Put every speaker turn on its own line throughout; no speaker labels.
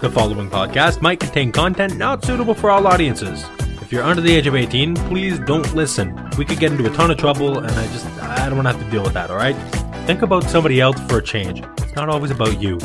The following podcast might contain content not suitable for all audiences. If you're under the age of 18, please don't listen. We could get into a ton of trouble, and I just, I don't want to have to deal with that, alright? Think about somebody else for a change. It's not always about you.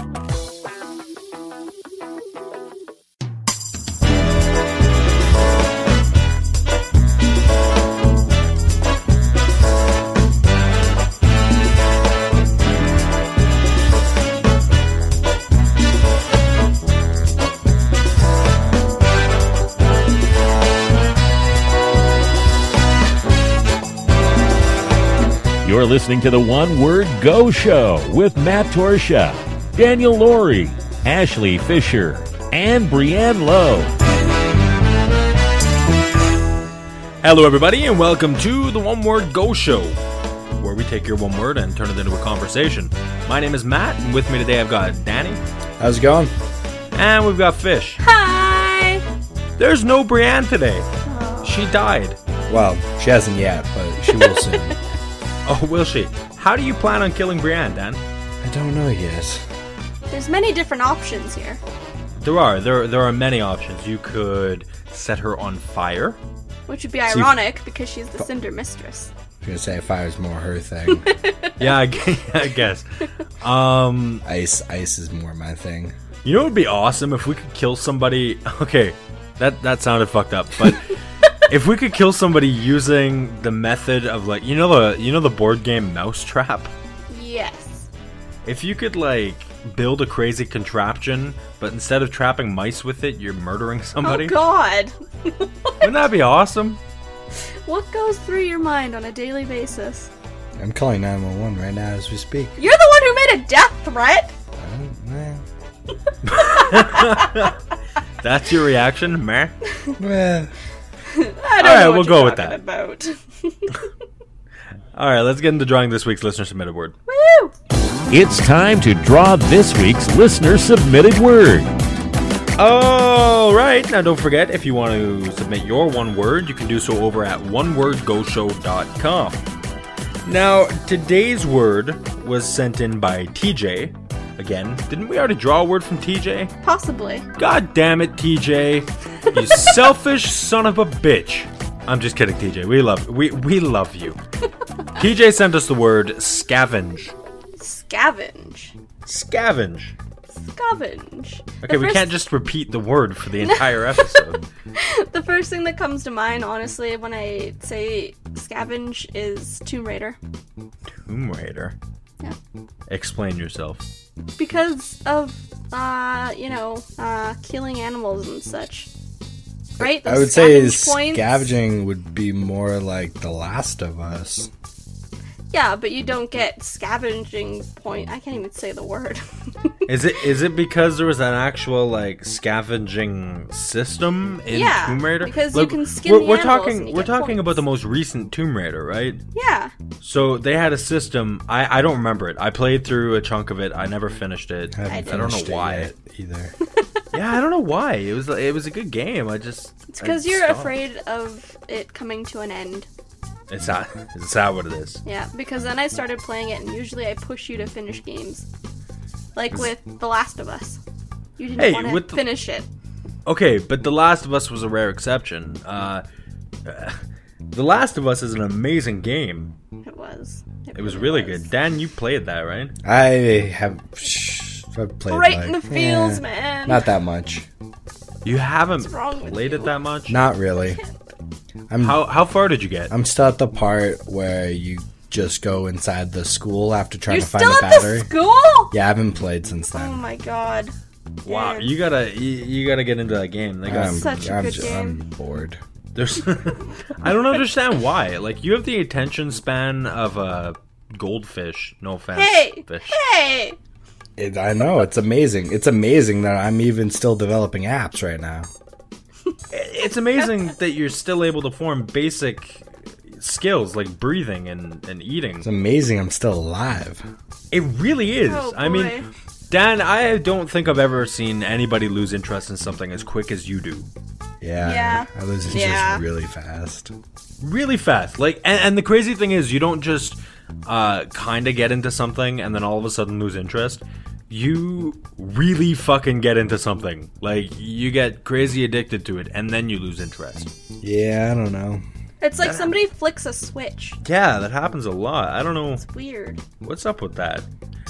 You're listening to the One Word Go Show with Matt Torsha, Daniel Laurie, Ashley Fisher, and Brienne Lowe.
Hello, everybody, and welcome to the One Word Go Show, where we take your one word and turn it into a conversation. My name is Matt, and with me today I've got Danny,
How's it going?
and we've got Fish.
Hi.
There's no Brienne today. She died.
Well, she hasn't yet, but she will soon.
Oh, will she? How do you plan on killing Brienne, Dan?
I don't know yet.
There's many different options here.
There are there there are many options. You could set her on fire.
Which would be
See-
ironic because she's the Cinder Mistress.
I was gonna say fire's more her thing.
Yeah, I, gu- I guess. Um,
ice, ice is more my thing.
you know, it would be awesome if we could kill somebody. Okay, that that sounded fucked up, but if we could kill somebody using the method of like you know the you know the board game Mousetrap.
Yes.
If you could like build a crazy contraption, but instead of trapping mice with it, you're murdering somebody.
Oh God.
Wouldn't that be awesome?
What goes through your mind on a daily basis?
I'm calling 911 right now as we speak.
You're the one who made a death threat.
Oh, well,
That's your reaction, meh.
well,
I don't
All right,
know
we'll
what you're
go with
talking About.
All right, let's get into drawing this week's listener submitted word.
Woo!
It's time to draw this week's listener submitted word.
All right. Now, don't forget, if you want to submit your one word, you can do so over at onewordgoshow.com. Now, today's word was sent in by TJ. Again, didn't we already draw a word from TJ?
Possibly.
God damn it, TJ. You selfish son of a bitch. I'm just kidding, TJ. We love we we love you. TJ sent us the word scavenge.
Scavenge.
Scavenge.
Scavenge.
Okay,
The
we
first-
can't just repeat the word for the entire episode.
The first thing that comes to mind, honestly, when I say scavenge, is Tomb Raider.
Tomb Raider.
Yeah.
Explain yourself.
because of uh you know uh killing animals and such right
I would say
scavenge points.
scavenging would be more like The Last of Us.
yeah but you don't get scavenging point i can't even say the word
Is it is it because there was an actual like scavenging system in
Yeah,
Tomb Raider?
because you can skin
we're,
the
we're
animals
talking
and you
we're
get
talking about
points.
the most recent Tomb Raider, right?
yeah
So they had a system. I I don't remember it. I played through a chunk of it. I never finished it.
haven't
I
finished
I
don't know
it
why.
yet either.
yeah, I don't know why. It was it was a good game. I just
it's because
I
you're
stopped.
afraid of it coming to an end
It's not. It's not what it is.
yeah because then i started playing it and usually i push you to finish games like with the last of us you didn't
Hey,
want
with
to
the-
finish it
Okay, but The Last of Us was a rare exception. Uh, the Last of Us is an amazing game.
it was
It was really good. Dan, you played that, right?
I have. Shh, I've played
right
like,
in the fields
eh,
man
Not that much.
You haven't
What's wrong with
played
you?
it that much.
Not really. I'm
How how far did you get?
I'm still at the part where you just go inside the school after trying
you're
to find
still
a
at
battery.
the school
Yeah, I haven't played since
Oh
then.
my god.
Wow,
Weird.
you gotta you, you gotta get into that game. They got
I'm,
Such a
I'm,
good
ju-
game.
I'm bored.
there's. I don't understand why. Like you have the attention span of a goldfish. No offense,
Hey!
fish.
Hey!
It, I know it's amazing. It's amazing that I'm even still developing apps right now.
It's amazing that you're still able to form basic skills like breathing and and eating.
It's amazing I'm still alive.
It really is.
Oh,
I mean,
boy.
Dan, I don't think I've ever seen anybody lose interest in something as quick as you do.
Yeah,
Yeah.
I lose interest
Yeah.
really fast.
really fast. Like, and, and the crazy thing is, you don't just uh, kind of get into something and then all of a sudden lose interest. you really fucking get into something. Like you get crazy addicted to it and then you lose interest.
Yeah, I don't know.
It's like somebody flicks a switch.
Yeah, that happens a lot. I don't know
It's weird.
what's up with that.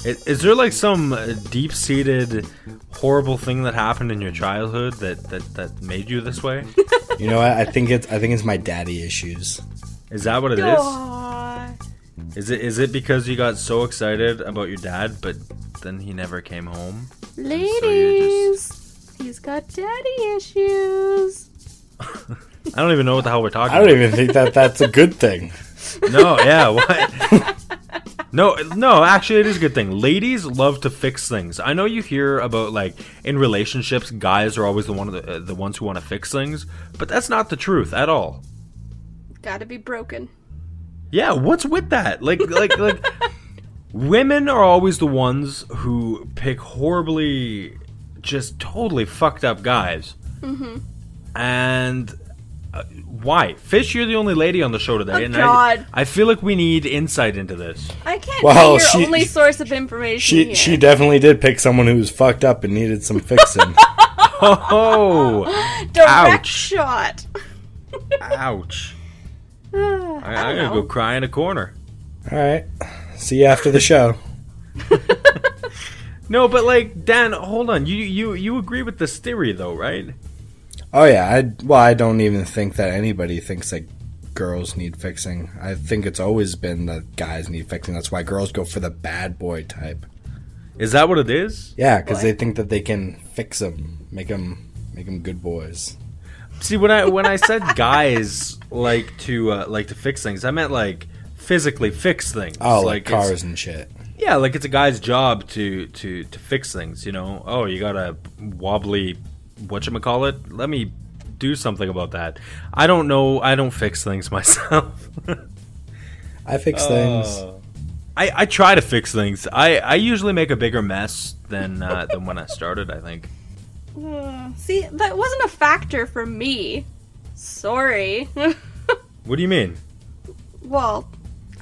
Is, is there like some deep seated horrible thing that happened in your childhood that, that, that made you this way?
You know, I, I think it's I think it's my daddy issues.
Is that what it is?
Aw.
Is it is it because you got so excited about your dad but then he never came home?
Ladies, he's got daddy issues.
I don't even know what the hell we're talking
I don't
about.
even think that that's a good thing.
No, yeah, what? No, no, actually, it is a good thing. Ladies love to fix things. I know you hear about like in relationships, guys are always the one of the, uh, the ones who want to fix things, but that's not the truth at all.
Gotta be broken.
Yeah, what's with that? Like, like, like, women are always the ones who pick horribly, just totally fucked up guys. Mm-hmm. And uh, why, Fish? You're the only lady on the show today,
Oh,
and
God.
I, I feel like we need insight into this.
I can't
Well,
be your
she-
only source of information
She
here.
she definitely did pick someone who was fucked up and needed some fixing.
Oh.
Direct
Ouch.
shot.
Ouch. I,
I
I'm
don't
gonna go
know.
cry in a corner.
All right. See you after the show.
No, but like Dan, hold on. You you you agree with this theory though, right?
Oh yeah, I well I don't even think that anybody thinks that girls need fixing. I think it's always been that guys need fixing. That's why girls go for the bad boy type.
Is that what it is?
Yeah, because
Boy.
they think that they can fix them, make them, make them good boys.
See, when I when I said guys like to uh, like to fix things, I meant like physically fix things.
Oh, like,
it's-
cars and shit.
Yeah, like it's a guy's job to to to fix things. You know, oh, you got a wobbly, what you call it? Let me do something about that. I don't know. I don't fix things myself.
I fix things.
Oh. I, I try to fix things. I, I usually make a bigger mess than uh, than when I started. I think.
Uh, See, that wasn't a factor for me. Sorry.
What do you mean?
well,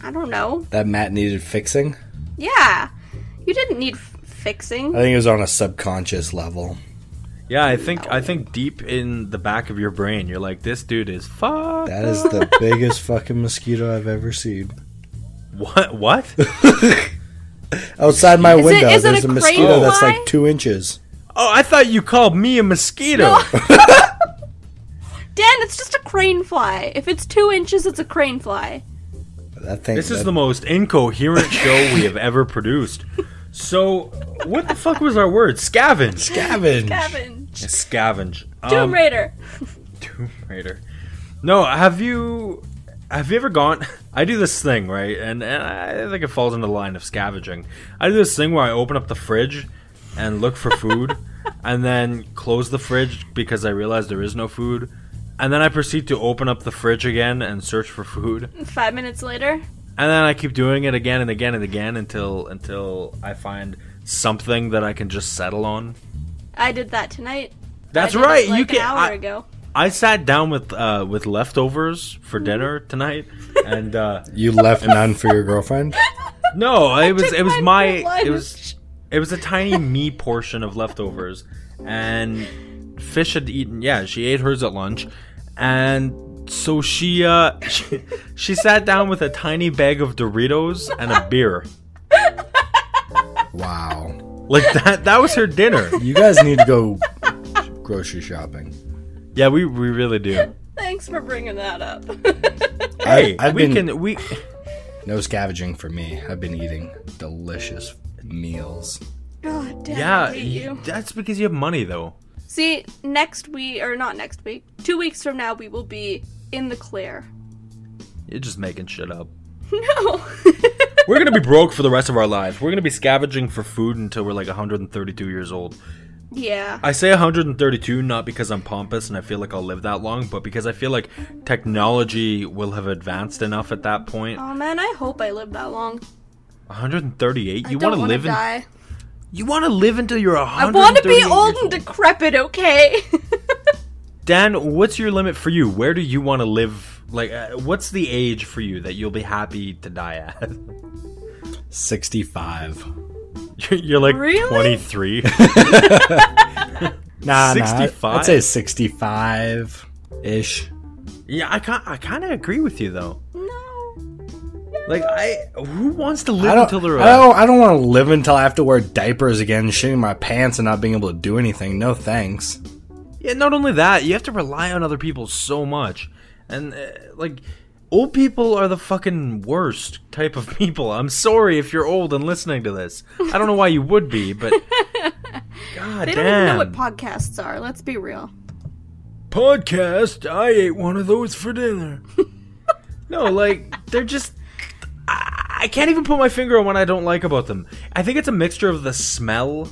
I don't know.
That Matt needed fixing.
Yeah, you didn't need f-
I
fixing.
think it was on a subconscious level.
Yeah, I think I think deep in the back of your brain, you're like, this dude is fuck.
That is the biggest fucking mosquito I've ever seen.
what? What?
Outside my
it-
window,
is it
there's
a
a,
crane
mosquito that's
fly?
like two inches.
Oh, I thought you called me a mosquito.
Dan, it's just a crane fly. If it's two inches, it's a crane fly.
That thing.
This is
that-
the most incoherent show we have ever produced. So, what the fuck was our word? Scavenge.
Gavin.
Gavin,
Scavenge. Um,
Tomb Raider.
Tomb Raider. No, have you have you ever gone? I do this thing right, and, and I think it falls into the line of scavenging. I do this thing where I open up the fridge and look for food, and then close the fridge because I realize there is no food, and then I proceed to open up the fridge again and search for food, and
Five minutes later,
then I keep doing it again and again and again until until I find something that I can just settle on.
I did that tonight.
That's
I did
right.
It, like,
you can.
An hour
I-
ago.
I sat down with uh, with leftovers for
Mm-hmm.
dinner tonight, and uh,
You left none for your girlfriend.
no, it was
took
it was
mine for
my it
lunch.
was it was a tiny me portion of leftovers, and fish had eaten. Yeah, she ate hers at lunch, and so she uh she, she sat down with a tiny bag of Doritos and a beer.
Wow.
Like that that was her dinner.
You guys need to go grocery shopping.
Yeah, we we really do.
Thanks for bringing that up.
Hey,
I've
we
been-
can we
No scavenging for me. I've been eating delicious meals.
God, Dan, I
yeah.
hate you.
That's because you have money though.
See, next week or not next week, two weeks from now, we will be in the clear.
You're just making shit up.
No.
We're gonna be broke for the rest of our lives. We're gonna be scavenging for food until we're like 132 years old.
yeah.
I say 132 not because I'm pompous and I feel like I'll live that long, but because I feel like technology will have advanced enough at that point.
Oh man, I hope I live that long.
138.
I
You
don't
want to
wanna
live in?
die.
You want to live until you're
I
100.
want to be old and decrepit, okay?
Dan, what's your limit for you? Where do you want to live? Like, uh, what's the age for you that you'll be happy to die at?
65.
You're, you're like
Really?
23.
Nah, nah, I-
65?
I'd say 65 ish.
yeah, I can I kind of agree with you though.
No.
Like I who wants to
I
live
don't,
until they're
I don't, I don't want to live until I have to wear diapers again, shitting my pants, and not being able to do anything. No thanks.
Yeah, not only that, you have to rely on other people so much. And uh, like old people are the fucking worst type of people. I'm sorry if you're old and listening to this. I don't know why you would be, but God
They don't even know
damn.
what podcasts are. Let's be real.
podcast. I ate one of those for dinner. no, like they're just. I, I can't even put my finger on what I don't like about them. I think it's a mixture of the smell.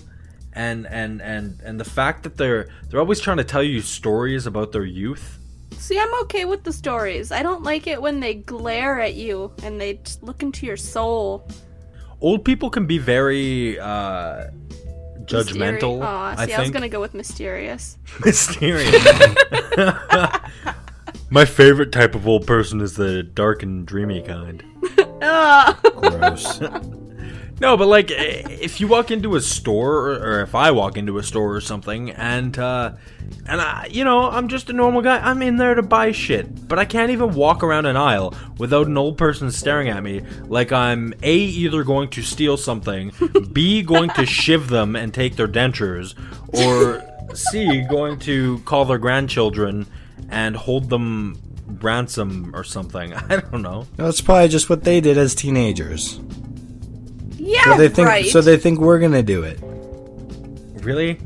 And, and and and the fact that they're they're always trying to tell you stories about their youth.
See, I'm okay with the stories. I don't like it when they glare at you and they just look into your soul.
Old people can be very uh, judgmental.
Aw, see,
I
I,
think
was gonna go with mysterious.
mysterious. my favorite type of old person is the dark and dreamy kind.
Ugh.
Gross.
No, but like, i- if you walk into a store, or- or if I walk into a store or something, and uh, and I, you know, I'm just a normal guy. I'm in there to buy shit, but I can't even walk around an aisle without an old person staring at me, like I'm a either going to steal something, b going to shiv them and take their dentures, or c going to call their grandchildren and hold them ransom or something. I don't know.
No, That's probably just what they did as teenagers.
yeah,
So they think.
right.
So they think we're gonna do it.
Really?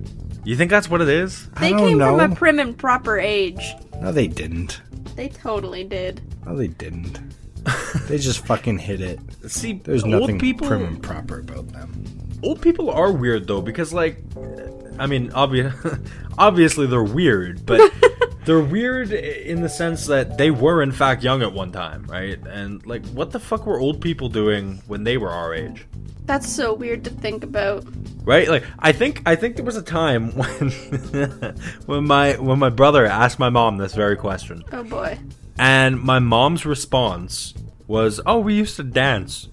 You think that's what it is?
They
I don't
came
know.
from a prim and proper age.
No, they didn't.
They totally did.
No, they didn't. they just fucking hit it.
See,
There's
old
nothing
people,
prim and proper about them.
Old people are weird though, because like, I mean, obvious, obviously they're weird, but they're weird in the sense that they were in fact young at one time, right? And like, what the fuck were old people doing when they were our age?
That's so weird to think about.
right like i think i think there was a time when when my when my brother asked my mom this very question
Oh boy.
and my mom's response was oh we used to dance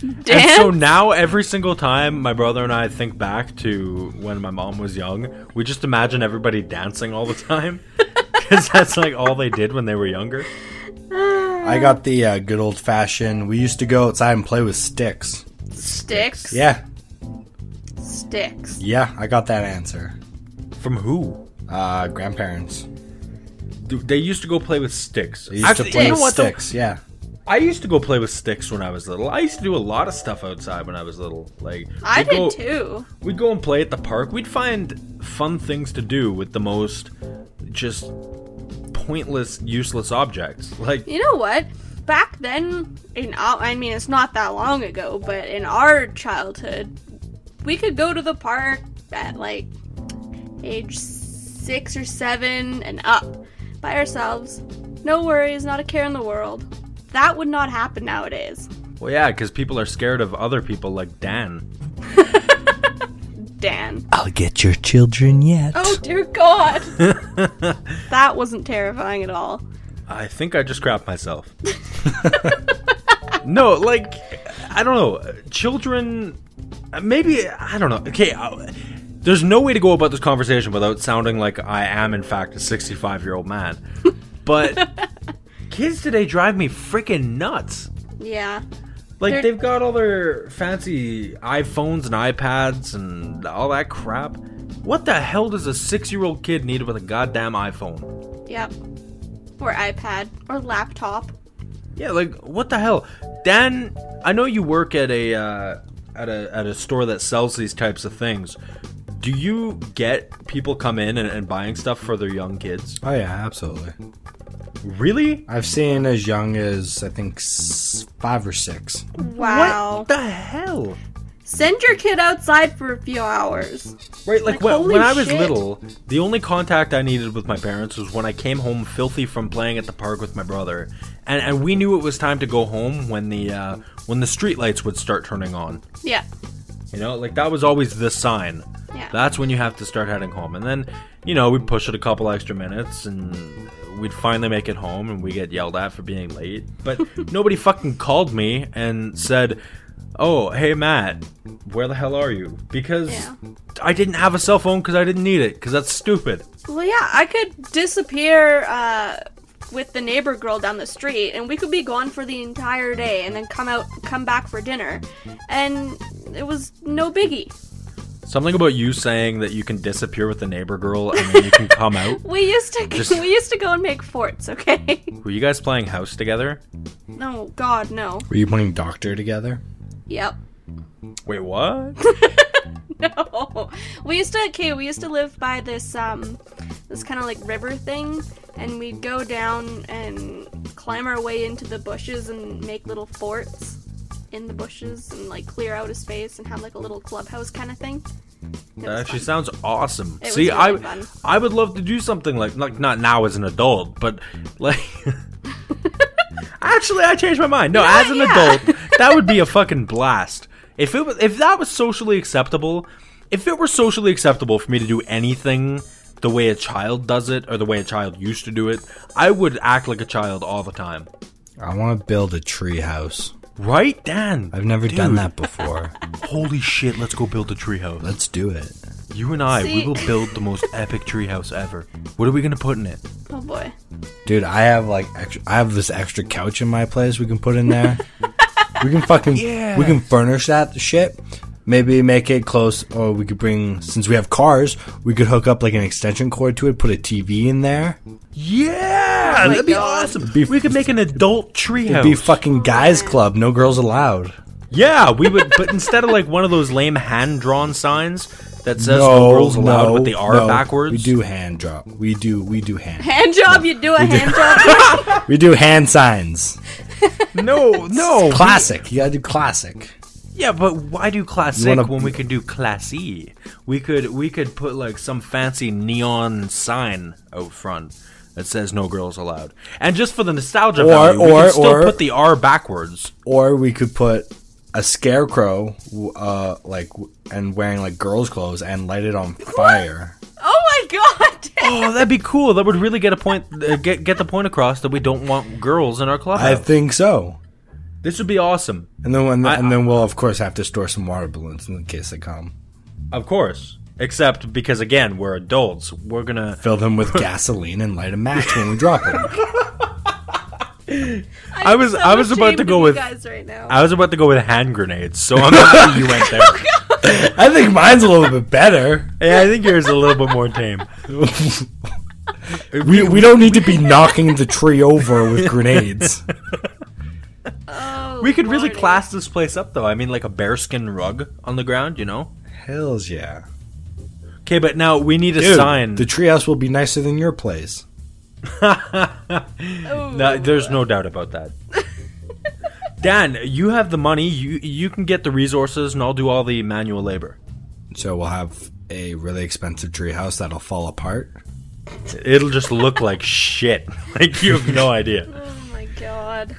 Damn.
and so now every single time my brother and i think back to when my mom was young we just imagine everybody dancing all the time because that's like all they did when they were younger
I got the uh, good old fashioned. We used to go outside and play with sticks.
sticks.
Yeah,
Sticks.
yeah, I got that answer.
from who
Uh, grandparents.
Dude, they used to go play with sticks.
They used
Actually,
to play
you know
with
what, though?
sticks. Yeah.
I used to go play with sticks when I was little. I used to do a lot of stuff outside when I was little. Like
I
we'd
did
go-
too.
We'd go and play at the park. We'd find fun things to do with the most just pointless, useless objects. Like
You know what? Back then, in our, I mean, it's not that long ago, but in our childhood, we could go to the park at like age six or seven and up by ourselves. No worries, not a care in the world. That would not happen nowadays.
well yeah, because people are scared of other people like Dan.
Dan.
I'll get your children yet.
Oh dear God. that wasn't terrifying at all.
I think I just crapped myself. no, like I don't know. Children, maybe I don't know. Okay, I, there's no way to go about this conversation without sounding like I am in fact a 65 year old man. But kids today drive me freaking nuts.
Yeah.
Like
They're-
they've got all their fancy iPhones and iPads and all that crap. What the hell does a six year old kid need with a goddamn iPhone?
Yep. Or iPad. Or laptop.
Yeah, like what the hell, Dan? I know you work at a uh, at a at a store that sells these types of things. Do you get people come in and, and buying stuff for their young kids?
Oh yeah, absolutely.
Really?
I've seen as young as I think s- five or six.
Wow.
What the hell?
Send your kid outside for a few hours.
Right, like,
Like,
when,
holy
when I was
shit.
little, the only contact I needed with my parents was when I came home filthy from playing at the park with my brother, and and we knew it was time to go home when the uh, when the streetlights would start turning on.
Yeah.
You know, like that was always the sign.
Yeah.
That's when you have to start heading home. And then, you know, we'd push it a couple extra minutes and we'd finally make it home and we get yelled at for being late. But nobody fucking called me and said, oh, hey, Matt, where the hell are you? Because
Yeah.
I didn't have a cell phone because I didn't need it, because that's stupid.
Well, yeah, I could disappear uh, with the neighbor girl down the street, and we could be gone for the entire day, and then come out, come back for dinner, and it was no biggie.
Something about you saying that you can disappear with the neighbor girl and then you can come out.
We used to
Just-
we used to go and make forts, okay?
Were you guys playing house together?
no, God, no.
Were you playing doctor together?
Yep.
Wait, what?
No. We used to okay, we used to live by this um this kind of like river thing and we'd go down and climb our way into the bushes and make little forts in the bushes and like clear out a space and have like a little clubhouse kind of thing. It
That
was
actually
fun.
sounds awesome.
It was
See,
really
I
fun.
I would love to do something like like not now as an adult, but like Actually, I changed my mind. No, as an
yeah.
adult, that would be a fucking blast. If it was, if that was socially acceptable, if it were socially acceptable for me to do anything the way a child does it or the way a child used to do it, I would act like a child all the time.
I want to build a tree house.
Right, Dan?
I've never done
Dude,
that before.
Holy shit, let's go build a treehouse.
Let's do it.
You and I, we
See-
will build the most epic treehouse ever. What are we gonna put in it?
Oh boy.
Dude, I have like extra, I have this extra couch in my place we can put in there. we can fucking
Yeah.
we can furnish that shit. Maybe make it close or we could bring since we have cars, we could hook up like an extension cord to it, put a TV in there.
Yeah, that'd be awesome. Oh we could make an adult treehouse.
Be fucking guys club, no girls allowed.
yeah, we would. But instead of like one of those lame hand-drawn signs that says no,
no
rules allowed,
no,
but they are
no.
backwards.
We do hand drop. We do we do hand.
Hand job, you do a hand job.
we do hand signs.
No, no.
Classic. You got to do classic.
yeah, but why do classic
wanna-
when we could do classy? We could we could put like some fancy neon sign out front. That says no girls allowed, and just for the nostalgia
Or-
value, we
or-
could still
or-
put the R backwards.
or we could put a scarecrow w- uh like w- and wearing like girls clothes and light it on fire
oh my god.
Oh, that'd be cool. That would really get a point, uh, get get the point across that we don't want girls in our
i
clubhouse.
think so
This would be awesome.
and then and,
I-
and then we'll of course have to store some water balloons in case they come
Of course. Except because again, we're adults. We're gonna
fill them with gasoline and light a match when we drop them
I'm
I was-
so
I was about to
ashamed
go with-
of you guys right now.
I was about to go with hand grenades, so I'm happy you went there.
Oh, i think mine's a little bit better
Yeah, I think yours is a little bit more tame.
we, we don't need to be knocking the tree over with grenades
Oh,
We could really
Lordy.
class this place up though. I mean like a bearskin rug on the ground, you know?
hells yeah
Okay, but now we need a
Dude,
sign.
the treehouse will be nicer than your place
No, there's no doubt about that. Dan, you have the money. You you can get the resources, and I'll do all the manual labor.
so we'll have a really expensive treehouse that'll fall apart
It'll just look like shit. Like you have no idea.
Oh my god.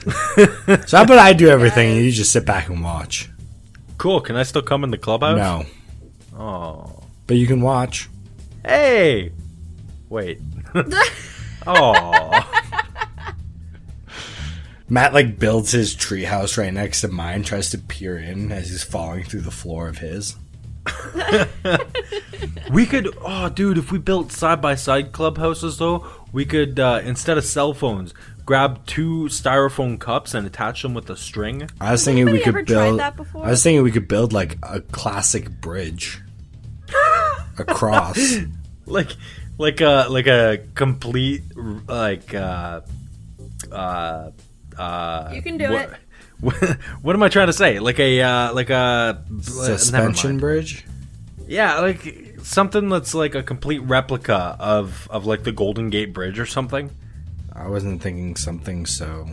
So how about I do everything and you just sit back and watch?
Cool. Can I still come in the clubhouse?
No.
Oh.
But you can watch.
Hey. Wait. oh.
Matt like builds his treehouse right next to mine, tries to peer in as he's falling through the floor of his.
We could. Oh, dude. If we built side by side clubhouses, though, we could uh, instead of cell phones, grab two styrofoam cups and attach them with a string.
I was thinking we
anybody
could
ever tried
build
that before?
I was thinking we could build like a classic bridge across.
like like a like a complete r- like uh uh uh
You can do
what, what, am i trying to say like a uh like a
Suspension
never mind.
bridge?
yeah like something that's like a complete replica of of like the golden gate bridge or something
I wasn't thinking something so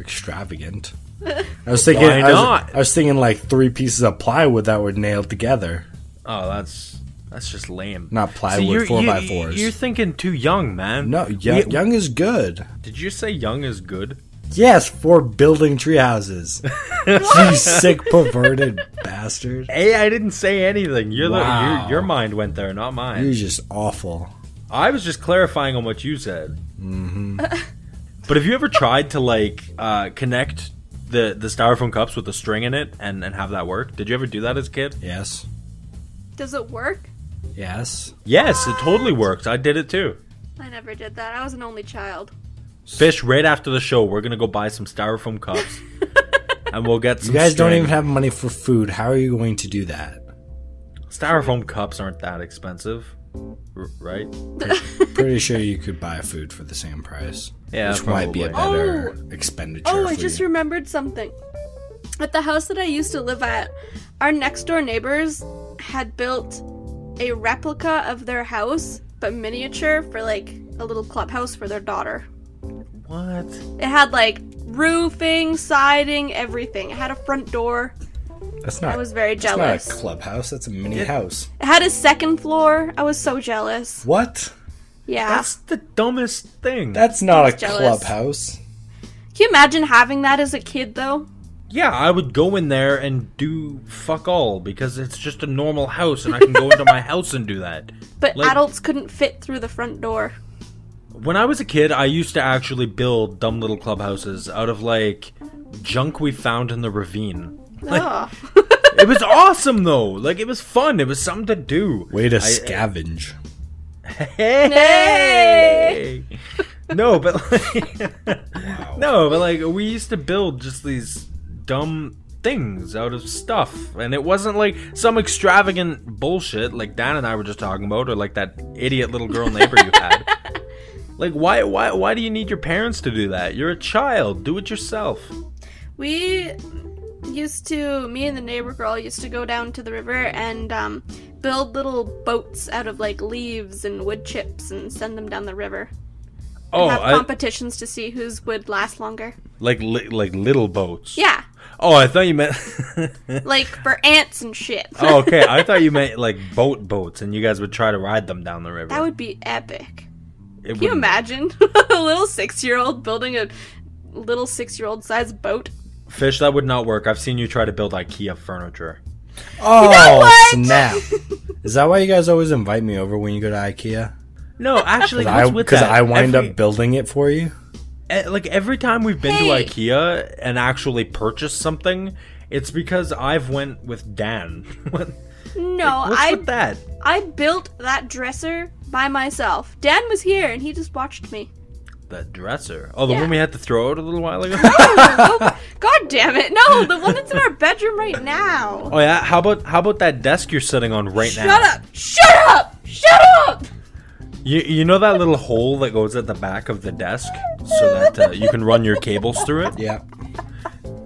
extravagant. I was thinking
Why
I was-
not?
I was thinking like three pieces of plywood that were nailed together.
oh that's that's just lame
Not
See,
plywood,
you're-
four
you-
by fours.
You're thinking too young, man.
No,
We-
young, young is good.
Did you say young is good?
Yes, for building tree houses. you sick perverted bastard.
Hey, I didn't say anything. You're the,
Wow.
your, your mind went there, not mine.
You're just awful.
I was just clarifying on what you said. Mm-hmm. but have you ever tried to like uh, connect the the styrofoam cups with the string in it and and have that work? Did you ever do that as a kid?
Yes.
Does it work?
Yes.
Yes, it totally works. I did it too.
I never did that. I was an only child.
Fish, right after the show, we're gonna go buy some styrofoam cups and we'll get
You
some.
guys don't
string.
even have money for food. How are you going to do that?
styrofoam cups. Aren't that expensive, r- right?
Pretty sure you could buy food for the same price.
Yeah,
which might be a
probably.
better expenditure.
Oh, I
for
just
you.
remembered something. At the house that I used to live at, our next door neighbors had built a replica of their house, but miniature for like a little clubhouse for their daughter.
What?
It had like roofing, siding, everything. It had a front door.
that's not.
I was very
that's not a
jealous.
clubhouse. That's a mini house.
It had a second floor. I was so jealous.
What?
Yeah.
That's the dumbest thing.
That's not a
jealous.
clubhouse.
Can you imagine having that as a kid though?
yeah, I would go in there and do fuck all because it's just a normal house, and I can go into my house and do that.
But
Like-
adults couldn't fit through the front door.
When I was a kid, I used to actually build dumb little clubhouses out of like junk we found in the ravine. Like,
Ugh.
it was awesome though. Like it was fun. It was something to do.
Way to
I-
scavenge.
Hey! no, but like, no, but like we used to build just these dumb things out of stuff, and it wasn't like some extravagant bullshit like Dan and I were just talking about, or like that idiot little girl neighbor you had. Like why why why do you need your parents to do that? You're a child. Do it yourself.
We used to, me and the neighbor girl used to go down to the river and um, build little boats out of like leaves and wood chips and send them down the river.
Oh,
have
I,
competitions to see whose would last longer.
like li- like little boats.
Yeah,
Oh, I thought you meant.
like for ants and shit.
oh, okay. I thought you meant like boat boats, and you guys would try to ride them down the river.
that would be epic.
It
Can you
wouldn't-
imagine a little six-year-old building a little six-year-old sized boat?
Fish, that would not work. I've seen you try to build IKEA furniture.
Oh
what?
snap! Is that why you guys always invite me over when you go to IKEA?
No, actually, what's with
Because
that?
I, wind
Every-
up building it for you.
eh, like every time we've been
Hey.
to IKEA and actually purchased something, it's because I've went with Dan. What-
No,
what's
Oh, I
with that?
I built that dresser by myself. Dan was here and he just watched me.
That dresser. Oh, the
Yeah.
one we had to throw out a little while ago.
Oh God damn it! No, the one that's in our bedroom right now.
oh yeah. How about how about that desk you're sitting on right now?
Shut up! Shut up! Shut up!
You you know that little hole that goes at the back of the desk so that uh, you can run your cables through it.
Yeah.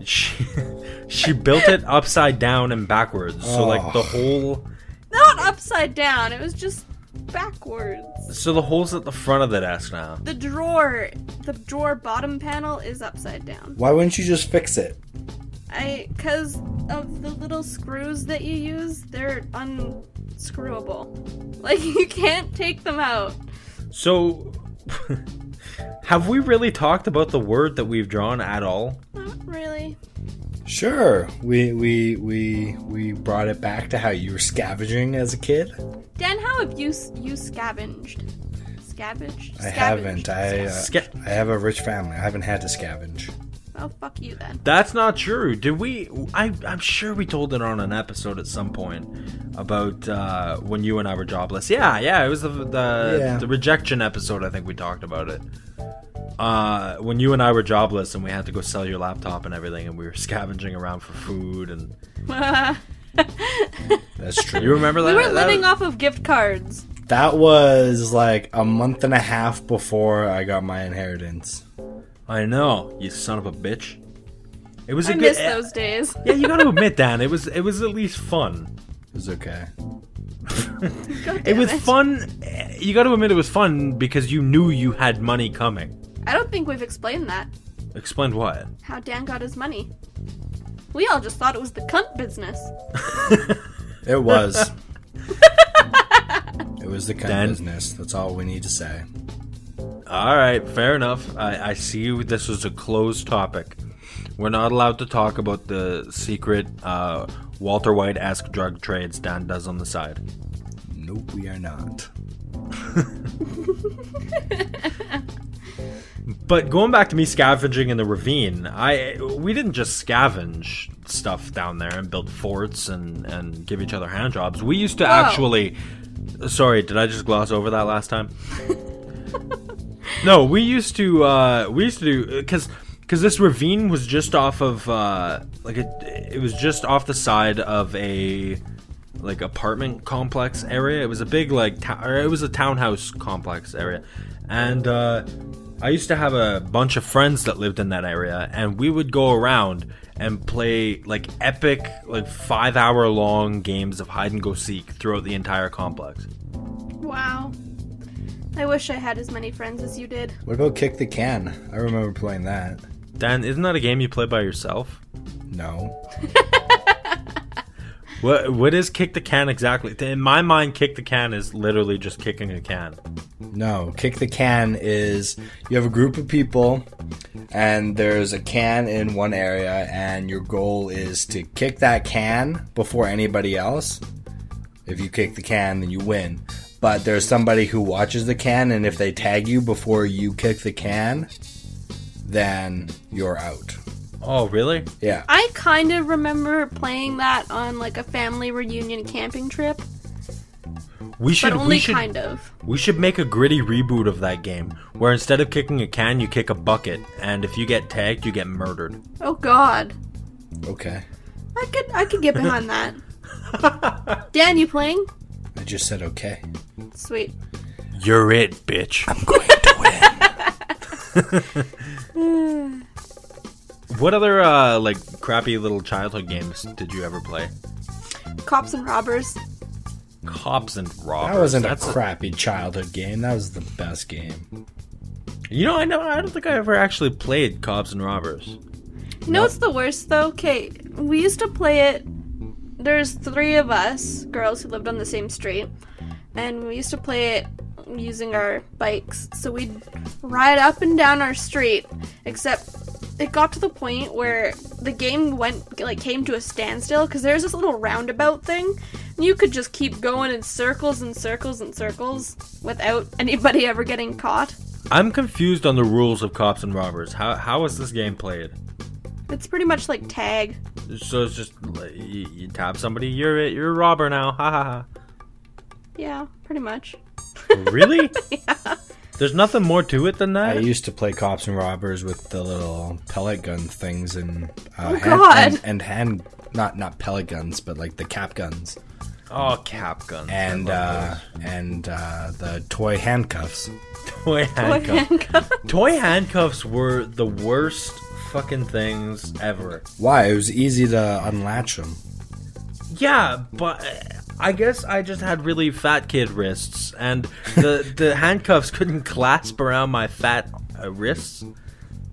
She, she built it upside down and backwards, so like the
Oh.
whole.
Not upside down. It was just backwards.
So the hole's at the front of the desk now.
The drawer, the drawer bottom panel is upside down.
Why wouldn't you just fix it?
I, cause of the little screws that you use, they're unscrewable. Like you can't take them out.
So, have we really talked about the word that we've drawn at all?
Not really.
Sure. We we we we brought it back to how you were scavenging as a kid.
Dan, how have you s- you scavenged? Scavenged?
I
Scavenged.
haven't. I uh,
Sca-
I have a rich family. I haven't had to scavenge.
Oh fuck you then.
That's not true. Did we? I, I'm sure we told it on an episode at some point about uh, when you and I were jobless. Yeah, yeah. It was the the,
Yeah.
the rejection episode. I think we talked about it. Uh, when you and I were jobless and we had to go sell your laptop and everything, and we were scavenging around for food, and
That's true.
you remember that?
we were
That-
living off of gift cards.
That was like a month and a half before I got my inheritance.
I know, you son of a bitch. It was a
I
good. e-
miss those days.
Yeah, you gotta admit, Dan, it was it was at least fun.
It was okay.
God
It
damn
was fun. eh, You gotta admit it was fun because you knew you had money coming.
I don't think we've explained that.
Explain what?
How Dan got his money. We all just thought it was the cunt business.
It was. it was the kind
Dan?
of business. That's all we need to say.
All right, fair enough. I, I see this is a closed topic. We're not allowed to talk about the secret uh, Walter White-esque drug trades Dan does on the side.
Nope, we are not.
But going back to me scavenging in the ravine, I we didn't just scavenge stuff down there and build forts and and give each other hand jobs. We used to
Whoa.
actually. Sorry, did I just gloss over that last time? no, we used to uh, we used to do because because this ravine was just off of uh, like a, it was just off the side of a like apartment complex area. It was a big like to- or it was a townhouse complex area, and uh, I used to have a bunch of friends that lived in that area, and we would go around and play like epic like five hour long games of hide and go seek throughout the entire complex.
Wow. I wish I had as many friends as you did.
What about kick the can? I remember playing that.
Dan, isn't that a game you play by yourself?
No.
What what is kick the can exactly? In my mind, kick the can is literally just kicking a can.
No, kick the can is you have a group of people and there's a can in one area and your goal is to kick that can before anybody else. If you kick the can, then you win. But there's somebody who watches the can and if they tag you before you kick the can, then you're out.
Oh, really?
Yeah.
I kind of remember playing that on like a family reunion camping trip,
We should
but only
we should
kind of.
we should make a gritty reboot of that game where instead of kicking a can, you kick a bucket, and if you get tagged, you get murdered.
Oh god.
Okay.
I could I could get behind that. Dan, you playing?
I just said okay.
Sweet.
You're it, bitch.
I'm going to win.
What other uh like crappy little childhood games did you ever play?
Cops and robbers.
Cops and robbers.
That wasn't a
That's
crappy childhood game. That was the best game.
You know, I know. I don't think I ever actually played Cops and Robbers.
You know what's the worst though? Okay, we used to play it. There's three of us girls who lived on the same street, and we used to play it using our bikes. So we'd ride up and down our street, except it got to the point where the game went like came to a standstill because there's this little roundabout thing. And you could just keep going in circles and circles and circles without anybody ever getting caught.
I'm confused on the rules of Cops and Robbers. How how is this game played?
It's pretty much like tag.
So it's just like, you, you tap somebody, you're it, you're a robber now. Ha ha
Yeah, pretty much.
ha. Really? There's nothing more to it than
I
that.
used to play cops and robbers with the little pellet gun things and uh,
Oh,
hand,
God.
and, and hand not not pellet guns, but like the cap guns
oh, cap guns.
and uh, and uh, the toy handcuffs.
toy handcuffs. toy handcuffs were the worst fucking things ever.
Why? It was easy to unlatch them.
Yeah, but uh, I guess I just had really fat kid wrists, and the the handcuffs couldn't clasp around my fat uh, wrists.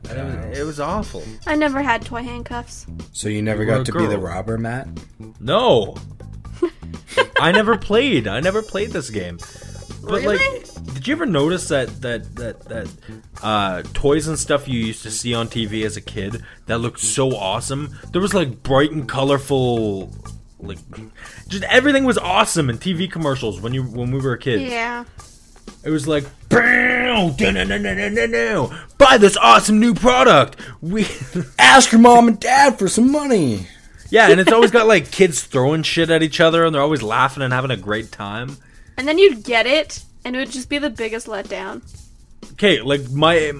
And It was, it was awful.
I never had toy handcuffs.
So you never
were a
got to be the
girl.
robber, Matt.
No. I never played. I never played this game. But
Really?
like did you ever notice that that that that uh, toys and stuff you used to see on TV as a kid that looked so awesome? There was like bright and colorful like just everything was awesome in TV commercials when you when we were kids.
Yeah.
It was like "Bow, da-na-na-na-na-na-na. buy this awesome new product. We
Ask your mom and dad for some money.
Yeah, and it's always got like kids throwing shit at each other and they're always laughing and having a great time.
And then you'd get it, and it would just be the biggest letdown.
Okay, like my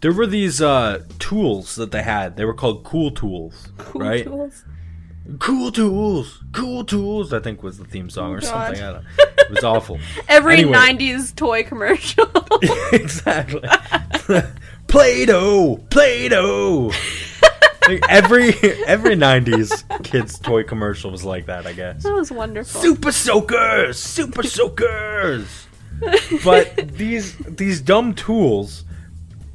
there were these uh tools that they had. They were called cool tools, right?
Tools.
Cool tools. Cool tools, I think was the theme song or
God.
something. I don't know. It was awful.
Every
Anyway.
90s toy commercial.
exactly. Play-Doh, Play-Doh. Like, every every 90s kids toy commercial was like that, I guess.
that was wonderful.
Super soakers, super soakers. but these these dumb tools,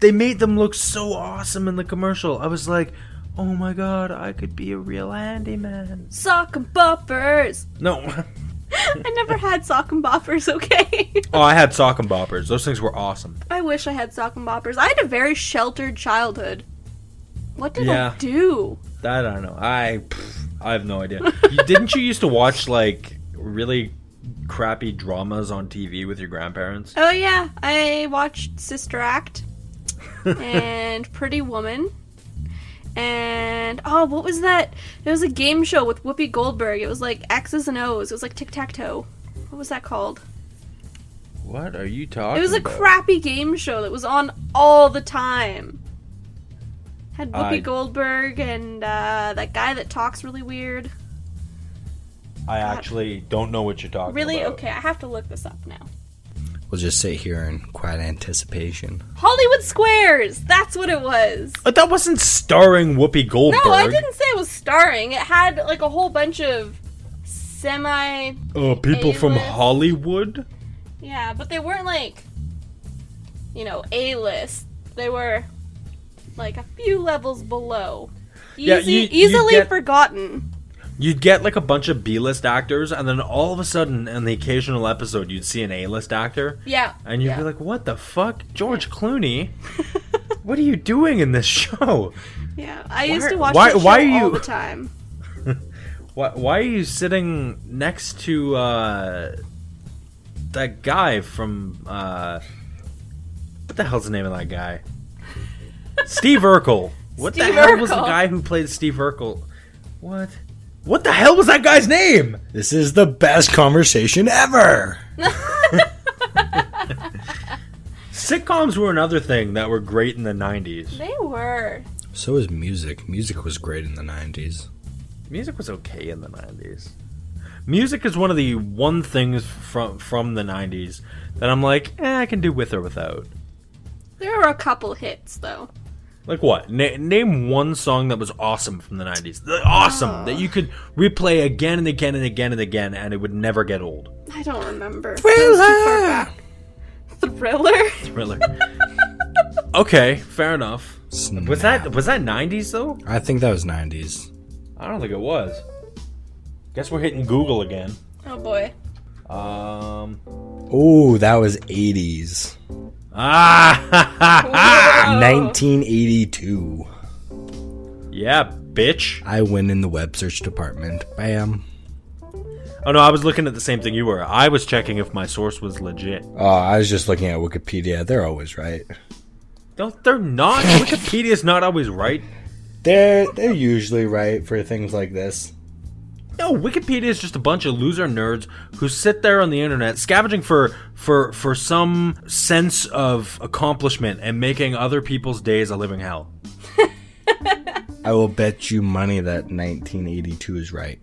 they made them look so awesome in the commercial. I was like, oh my god, I could be a real handyman.
Sock and boppers.
No,
I never had sock and boppers, okay?
oh, I had sock and boppers. Those things were awesome.
I wish I had sock and boppers. I had a very sheltered childhood. What did
Yeah.
I do?
That I don't know. I pff, I have no idea. You, didn't you used to watch like really crappy dramas on TV with your grandparents?
Oh, yeah. I watched Sister Act. and Pretty Woman. And oh, what was that? It was a game show with Whoopi Goldberg. It was like X's and O's. It was like tic tac toe. What was that called?
What are you talking?
It was a
about?
crappy game show that was on all the time. Had Whoopi
I-
Goldberg and uh, that guy that talks really weird.
I actually don't know what you're talking
Really?
about.
Okay, I have to look this up now.
We'll just sit here in quiet anticipation.
Hollywood Squares! That's what it was!
But that wasn't starring Whoopi Goldberg.
No, I didn't say it was starring. It had like a whole bunch of semi.
Oh, people from
A-list.
Hollywood?
Yeah, but they weren't like, you know, A list. They were like a few levels below. Easy,
Yeah, you- you
easily
get-
forgotten.
You'd get like a bunch of B list actors, and then all of a sudden, in the occasional episode, you'd see an A list actor,
Yeah.
and you'd
yeah.
be like, what the fuck? George Clooney? What are you doing in this show?
yeah, I used to
are-
watch
why-
that show
why are you-
all the time.
Why, why are you sitting next to uh, that guy from. Uh, what the hell's the name of that guy? Steve Urkel. What the
Steve
hell was the
Urkel.
guy who played Steve Urkel? What? What the hell was that guy's name?
This is the best conversation ever.
Sitcoms were another thing that were great in the 90s.
They were.
So is music. Music was great in the 90s.
Music was okay in the 90s. Music is one of the one things from from the 90s that I'm like, eh, I can do with or without.
There were a couple hits though.
Like what? Na- name one song that was awesome from the 90s. The- Awesome that you could replay again and again and again and again and it would never get old.
I don't remember. It was too far back. Thriller.
Thriller. okay, fair enough.
Snap.
Was that was that 90s though?
I think that was 90s.
I don't think it was. Guess we're hitting Google again.
Oh boy.
Um
Oh, that was 80s.
Ah, ha, ha, ha.
Oh.
1982.
yeah, bitch.
I win in the web search department. Bam.
Oh no, I was looking at the same thing you were. I was checking if my source was legit.
Oh, I was just looking at Wikipedia. They're always right.
No, they're not. Wikipedia's not always right.
They're they're usually right for things like this.
No, Wikipedia is just a bunch of loser nerds who sit there on the internet scavenging for for for some sense of accomplishment and making other people's days a living hell.
I will bet you money that 1982 is right.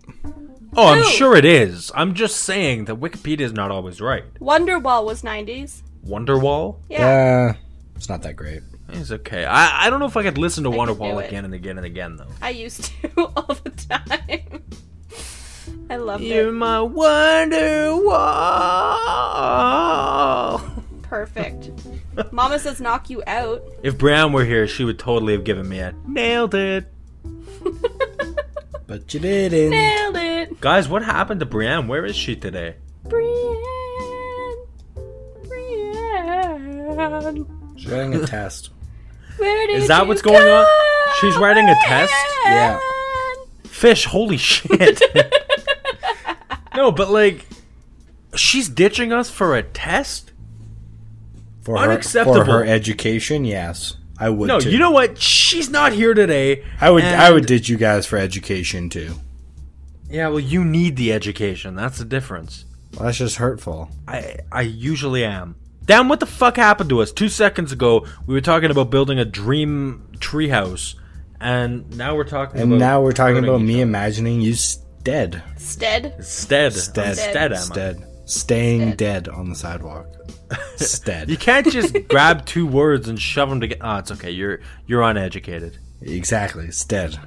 Oh, I'm
Ew.
sure it is. I'm just saying that Wikipedia is not always right.
Wonderwall was 90s.
Wonderwall
Yeah.
Uh, it's not that great.
is okay. I I don't know if I could listen to
could do
Wonderwall
it.
again and again and again though.
I used to all the time. I loved
You're
it.
my Wonderwall.
Perfect. Mama says knock you out.
If Brown were here, she would totally have given me a nailed it.
But you didn't.
Nailed it.
Guys, what happened to Brienne? Where is she today?
Brienne. Brienne.
She's writing a test.
Where did
Is that
you
what's going
go?
on? She's writing a test?
Yeah.
Fish, holy shit. no, but like, she's ditching us for a test?
For Her,
Unacceptable.
for her education, yes. I would
No,
too.
you know what? She's not here today.
I would I
and-
would ditch you guys for education too.
Yeah, well, you need the education. That's the difference.
Well, that's just hurtful.
I I usually am. Damn, what the fuck happened to us? Two seconds ago, we were talking about building a dream treehouse, and now we're talking.
And
about
now we're talking
hurting
about
each
me
other.
imagining you s- dead.
Stead.
Stead,
Stead.
I'm stead, am I?
Stead. Staying dead on the sidewalk.
You
Stead.
can't just grab two words and shove them together. Oh, it's okay. You're you're uneducated.
exactly. Stead.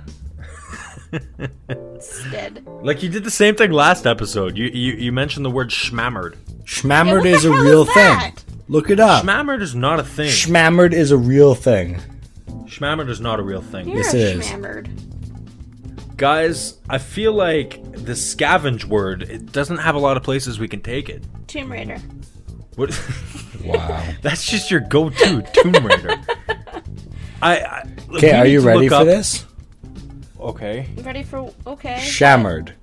Stead.
Like you did the same thing last episode. You you, you mentioned the word schmammered.
Schmammered
Yeah, what
is
the
a
hell
real
is that?
thing. Look it up.
Schmammered is not a thing.
Schmammered is a real thing.
Schmammered is not a real thing.
You're
Yes,
a
it is.
schmammered.
Guys, I feel like the scavenge word it doesn't have a lot of places we can take it.
Tomb Raider.
What?
Wow.
That's just your go-to Tomb Raider. I, I look,
Okay,
we
are
need
you
to
ready
look
for
up-
this?
Okay.
Ready for okay.
Shammered.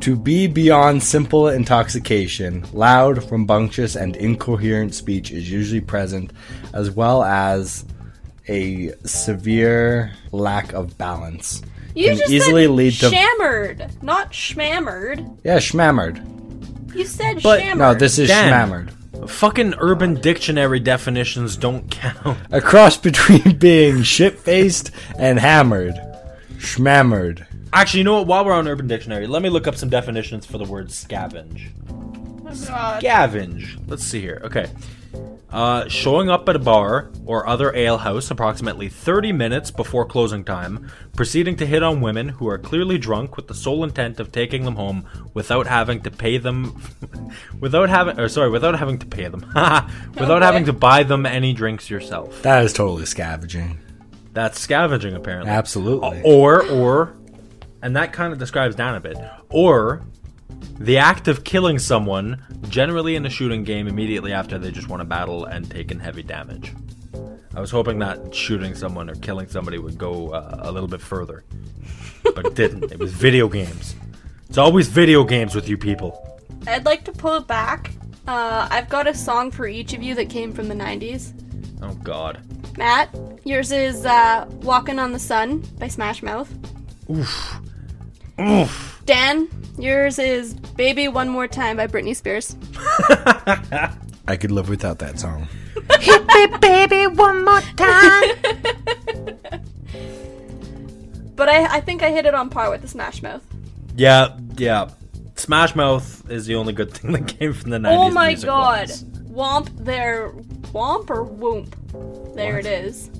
To be beyond simple intoxication, loud, rambunctious, and incoherent speech is usually present, as well as a severe lack of balance.
You
Can
just
easily
said
lead to-
shammered, not schmammered.
Yeah, schmammered.
You said
But-
shammered.
No, this is
Dan.
schmammered.
Fucking Urban Dictionary definitions don't count.
A cross between being shit faced and hammered. Schmammered.
Actually, you know what? While we're on Urban Dictionary, let me look up some definitions for the word scavenge.
Oh God.
Scavenge. Let's see here. Okay. Uh, showing up at a bar or other alehouse approximately 30 minutes before closing time, proceeding to hit on women who are clearly drunk with the sole intent of taking them home without having to pay them, without having, or sorry, without having to pay them, without
boy.
having to buy them any drinks yourself.
That is totally scavenging.
That's scavenging, apparently.
Absolutely.
Oh.
Or, or, and that kind of describes down a bit. Or, the act of killing someone, generally in a shooting game, immediately after they just won a battle and taken heavy damage. I was hoping that shooting someone or killing somebody would go uh, a little bit further, but it didn't. It was video games. It's always video games with you people.
I'd like to pull it back. Uh, I've got a song for each of you that came from the 90s.
Oh God.
Matt, yours is uh, Walking on the Sun by Smash Mouth.
Oof.
Dan, yours is Baby One More Time by Britney Spears.
I could live without that song.
But I, I think I hit it on par with the Smash Mouth.
Yeah, yeah. Smash Mouth is the only good thing that came from the 90s.
Oh my
music
god.
wise.
Womp there. Womp or whoomp? There it is.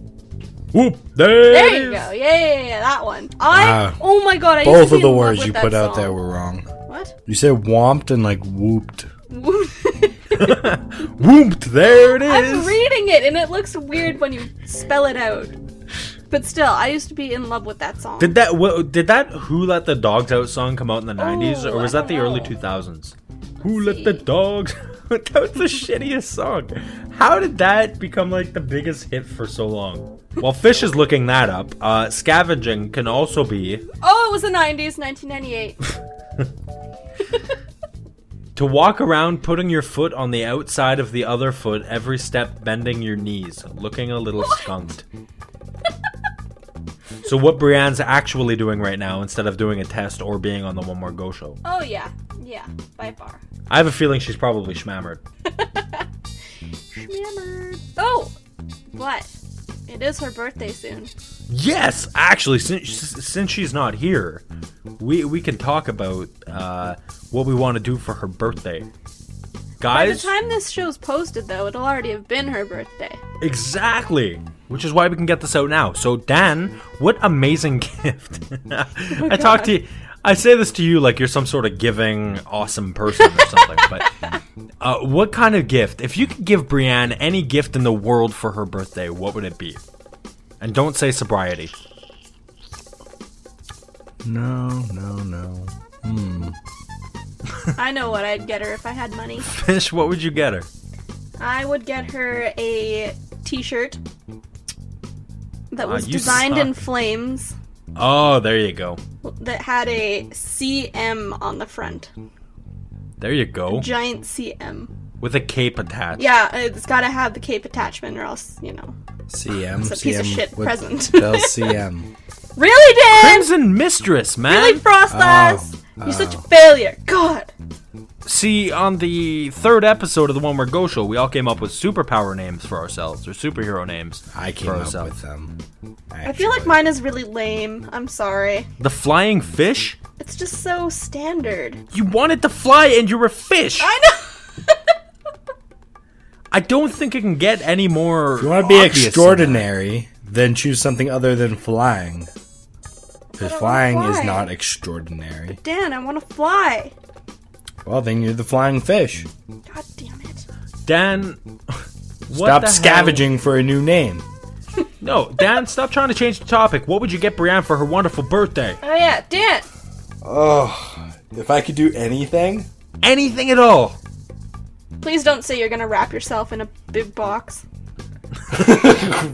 Whoop! There,
There
it
you
is.
go. Yeah, yeah, yeah, that one. I.
Wow.
Oh my god. I used
Both
to
of
be
the
in love
words
with
you
that
put out
song.
there were wrong.
What?
You said womped and like whooped.
Whooped, there it
I'm
is.
reading it and it looks weird when you spell it out. But still, I used to be in love with that song.
did that wha- did that Who Let the Dogs Out song come out in the 90s or
Oh, I
was that
don't
the early
know.
2000s? Who let the dogs That was the shittiest song. How did that become like the biggest hit for so long? While Fish is looking that up, uh, scavenging can also be
oh, it was the 90s, 1998.
to walk around putting your foot on the outside of the other foot every step, bending your knees, looking a little skunked. so, what Brienne's actually doing right now instead of doing a test or being on the One More Go show?
oh, yeah. Yeah, by far.
I have a feeling she's probably schmammered.
Schmammered. Oh! What? It is her birthday soon.
Yes, actually, since since she's not here, we we can talk about uh, what we want to do for her birthday,
By the
guys.
time this show's posted, though, it'll already have been her birthday.
exactly, which is why we can get this out now. So, Dan, what amazing gift!
Oh
I talk to you. I say this to you like you're some sort of giving awesome person or something, but uh, what kind of gift? If you could give Brienne any gift in the world for her birthday, what would it be? And don't say sobriety.
No, no, no.
I know what I'd get her if I had money.
Fish, what would you get her?
I would get her a t-shirt that
Aw,
was
Ah, you
designed in
suck.
flames
Oh, there you go.
that had a CM on the front.
There you go.
Giant CM.
With a cape attached.
Yeah, it's got to have the cape attachment or else, you know.
CM.
It's a piece of shit
what-
present.
Del CM.
Really, Dan?
Crimson Mistress, man. Oh, uh.
Really, Frostless? You're such a failure. God.
See, on the third episode of the One More Go show, we all came up with superpower names for ourselves or superhero names.
I came
for
up
ourselves.
with them.
I feel like
actually.
mine is really lame. I'm sorry.
the flying fish.
It's just so standard.
You wanted to fly, and you're a fish. I,
I
don't think it can get any more.
You want to be
obvious than
extraordinary, then choose something other than flying. Because
don't
flying
wanna
is
fly.
not extraordinary.
know. Dan, I want to fly.
Well, then you're the flying fish.
God damn it.
that. Dan. what
Stop
the hell-
scavenging for a new name.
No, Dan, stop trying to change the topic. What would you get Brianne for her wonderful birthday?
Oh, yeah, Dan.
Oh, if I could do anything,
Anything at all.
Please don't say you're gonna wrap yourself in a big box.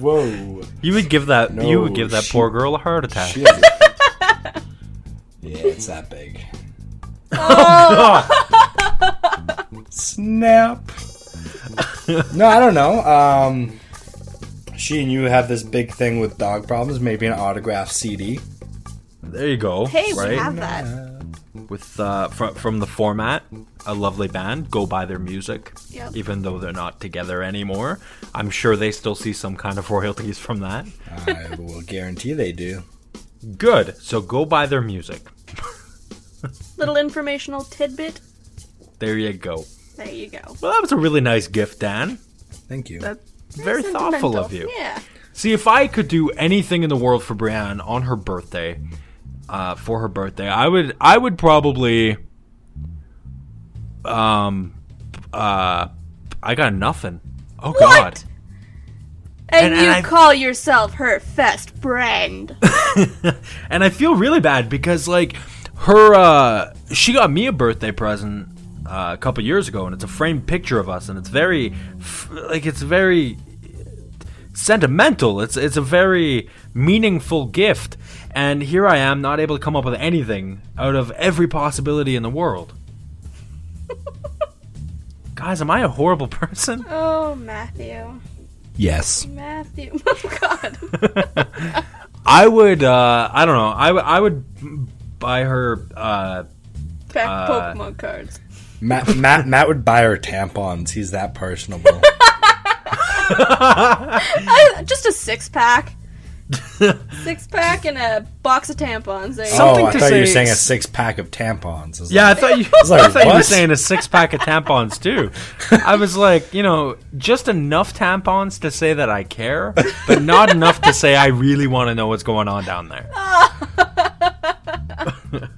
whoa.
You would give that. you would
No,
give that
she-
poor girl a heart attack.
yeah, it's that big.
God.
Snap. no, I don't know. Um, she and you have this big thing with dog problems, maybe an autograph CD.
There you go.
Hey,
right?
we have that.
With uh, from from the format, a lovely band. Go buy their music,
Yep.
even though they're not together anymore. I'm sure they still see some kind of royalties from that.
I will guarantee they do.
Good. So go buy their music.
Little informational tidbit.
There you go.
There you go.
Well, that was a really nice gift, Dan.
Thank you.
That's
Very thoughtful of you.
Yeah.
See, if I could do anything in the world for Brianne on her birthday, uh, for her birthday, I would, I would probably, um, uh, I got nothing. Oh God,
And,
And-
you
and I-
call yourself her best friend.
and I feel really bad because like her, uh, she got me a birthday present uh, a couple years ago, and it's a framed picture of us, and it's very, f- like, it's very sentimental. It's it's a very meaningful gift, and here I am, not able to come up with anything out of every possibility in the world. Guys, am I a horrible person?
oh, Matthew.
Yes.
Matthew. Oh, God.
I would, uh, I don't know. I would- I would buy her. Uh,
Back
Uh,
Pokemon cards.
Matt, Matt, Matt would buy her tampons. He's that personable.
Uh, just a six pack. six pack and a box of tampons. There you go.
Something
oh, I
to
thought you were
say-
saying a six pack of tampons. I was
yeah, I
like,
thought you.
was like,
I thought you were
what?
saying a six pack of tampons too. I was like, you know, just enough tampons to say that I care, but not enough to say I really want to know what's going on down there.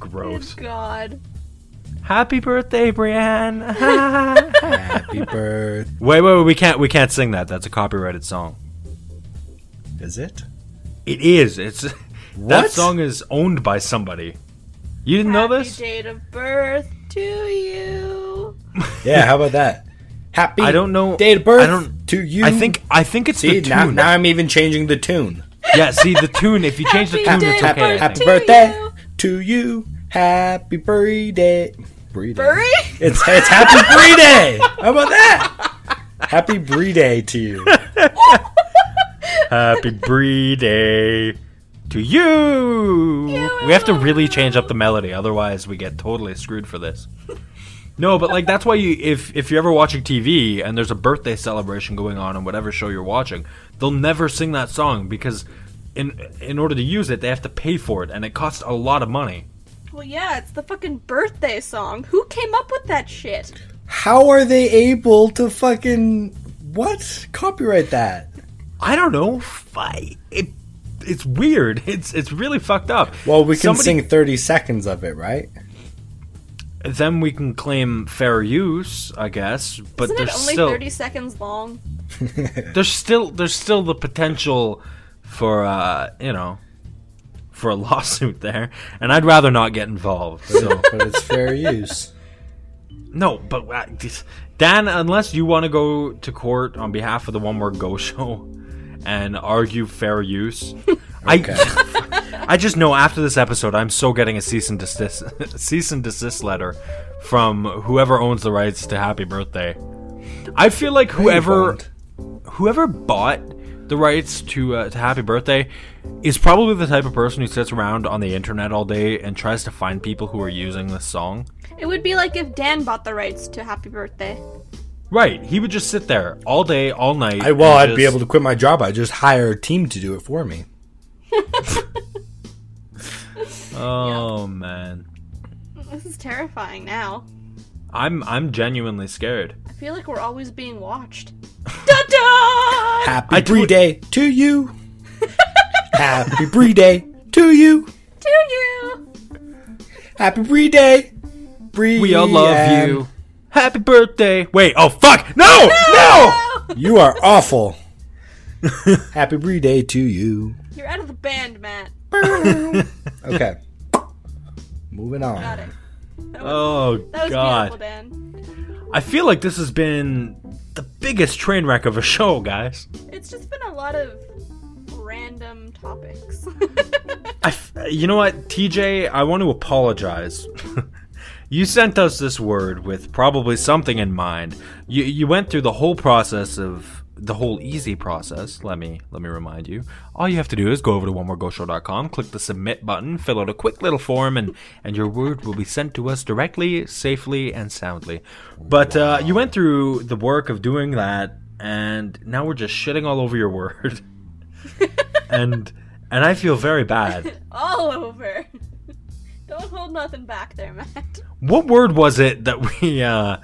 Gross.
God.
Happy birthday, Brienne.
happy birth.
wait, wait, wait, we can't we can't sing that. That's a copyrighted song.
Is it?
It is. It's
What?
that song is owned by somebody. You didn't know
Happy
this?
date of birth to you.
Yeah, how about that? Happy
I don't know-
date of birth
I don't-
to you.
I think I think it's
See,
the
now,
tune.
now I'm even changing the tune.
yeah, see the tune. If you change the
Happy
tune, it's
day,
okay. I
birthday.
think.
Happy
To
birthday
you.
to you. Happy birthday. Birthday.
Furry?
It's it's happy bree day. How about that? Happy bree day to you.
Happy Bree Day to you. We have to really change up the melody, otherwise we get totally screwed for this. No, but like that's why you if if you're ever watching TV and there's a birthday celebration going on in whatever show you're watching, they'll never sing that song because in in order to use it, they have to pay for it and it costs a lot of money.
Well, yeah, it's the fucking birthday song. Who came up with that shit?
How are they able to fucking what? Copyright that?
I don't know. f- I- It it's weird. It's it's really fucked up.
Well, we can
Somebody-
sing 30 seconds of it, right?
Then we can claim fair use, I guess. But
Isn't
there's
it only
still
30 seconds long?
there's still there's still the potential for uh you know for a lawsuit there, and I'd rather not get involved. So
but it's fair use.
no, but uh, this- Dan, unless you want to go to court on behalf of the One More Go Show and argue fair use,
Okay.
I. I just know after this episode, I'm so getting a cease and desist, cease and desist letter from whoever owns the rights to Happy Birthday. I feel like whoever
Refund.
whoever bought the rights to uh, to Happy Birthday is probably the type of person who sits around on the internet all day and tries to find people who are using this song.
It would be like if Dan bought the rights to Happy Birthday.
Right, he would just sit there all day, all night.
I, well, I'd
and
be
just-
able to quit my job. I'd just hire a team to do it for me.
Oh man,
This is terrifying now.
I'm I'm genuinely scared.
I feel like we're always being watched. Da-da!
I
Happy
do
bree
it-
day to you. Happy bree day to you.
To you!
Happy bree day. Bree
We all love
Ann.
you. Happy birthday. Wait, oh fuck. No! No!
You are awful. Happy bree day to you.
You're out of the band, Matt.
Okay. Moving on.
Got it. That was,
Oh
that was
god.
beautiful, Dan.
I feel like this has been the biggest train wreck of a show, guys.
It's just been a lot of random topics.
I f- you know what, TJ, I want to apologize. you sent us this word with probably something in mind. You you went through the whole process of the whole easy process, let me let me remind you. All you have to do is go over to onemorego.show.com, click the submit button, fill out a quick little form, and and your word will be sent to us directly, safely, and soundly. But uh, you went through the work of doing that, and now we're just shitting all over your word, and and I feel very bad.
All over. Don't hold nothing back there, Matt.
What word was it that we uh,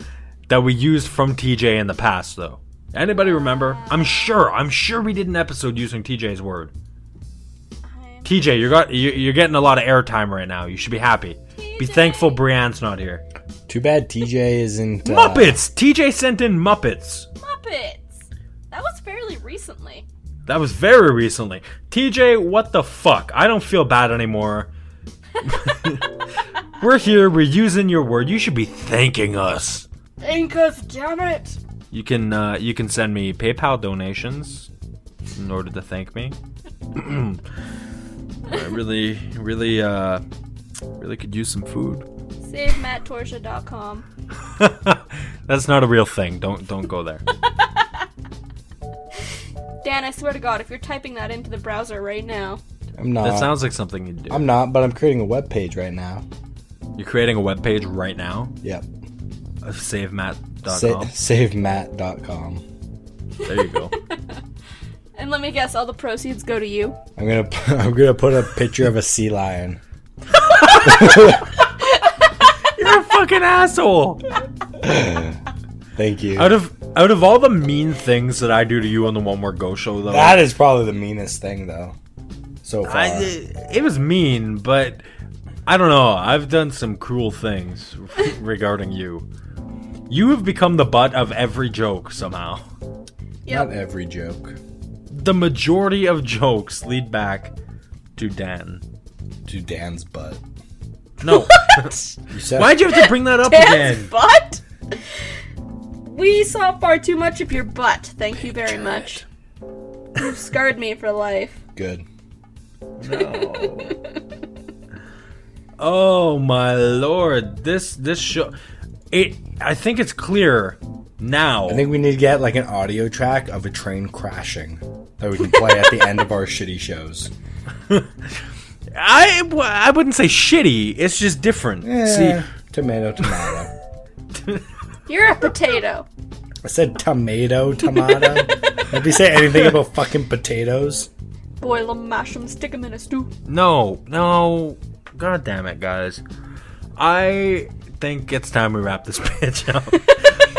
that we used from TJ in the past, though? Anybody remember? I'm sure. I'm sure we did an episode using TJ's word.
I'm
TJ, you're got you- you're getting a lot of airtime right now. You should be happy. Be
TJ.
thankful Brienne's not here.
Too bad TJ isn't. Uh,
Muppets. TJ sent in Muppets.
Muppets. That was fairly recently.
That was very recently. TJ, what the fuck? I don't feel bad anymore. we're here. We're using your word. You should be thanking us.
Think of damn it.
You can uh, you can send me PayPal donations in order to thank me. I really really uh, really could use some food.
SaveMattTorsia.com.
That's not a real thing. Don't don't go there.
Dan, I swear to God, if you're typing that into the browser right now,
I'm not.
That sounds like something you do.
I'm not, but I'm creating a web page right now.
You're creating a web page right now
Yep.
of
Sa-
savematt.com.
SaveMatt.com.
There you go.
and let me guess, all the proceeds go to you.
I'm gonna. P- I'm gonna put a picture of a sea lion.
You're a fucking asshole.
Thank you.
Out of out of all the mean things that I do to you on the One More Go show though.
That is probably the meanest thing though. So far.
I, it was mean, but I don't know. I've done some cruel things regarding you. You have become the butt of every joke somehow.
Not
Yep.
every joke.
The majority of jokes lead back to Dan.
To Dan's butt.
No.
You said
Why'd you have to bring that up
Dan's
again?
butt? We saw far too much of your butt. Thank you very much. You've scarred me for life.
good.
Oh my lord. This this show it I think it's clear now.
I think we need to get like an audio track of a train crashing that we can play at the end of our shitty shows.
I, w- I wouldn't say shitty. It's just different.
Eh,
See,
tomato, tomato.
You're a potato.
I said tomato, tomato. Nobody say anything about fucking potatoes.
Boil 'em, mash 'em, stick 'em in a stew.
No, no. God damn it, guys. I think it's time we wrap this bitch up.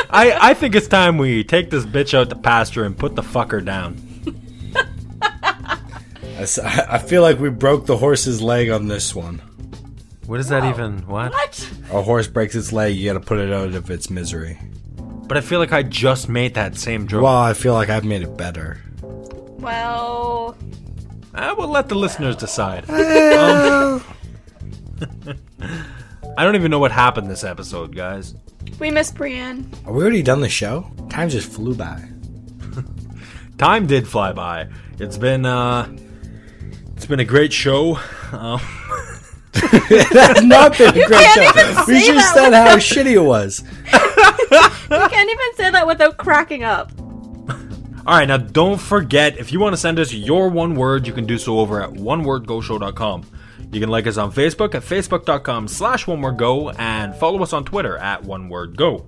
I, I think it's time we take this bitch out to pasture and put the fucker down.
I, s- I feel like we broke the horse's leg on this one.
What is that even? What?
What?
A horse breaks its leg, you gotta put it out of its misery.
But I feel like I just made that same joke.
Well, I feel like I've made it better.
Well,
I will let the listeners decide. Um, I don't even know what happened this episode, guys.
we miss Brienne.
Are we already done the show? Time just flew by.
Time did fly by. It's been uh, it's been a great show. Um,
That's not been a great
can't
show.
even
We
say
just
that
said how shitty it was.
I can't even say that without cracking up.
All right, now don't forget if you want to send us your one word, you can do so over at onewordgoshow.com. You can like us on Facebook at facebook.com slash onewordgo and follow us on Twitter at onewordgo.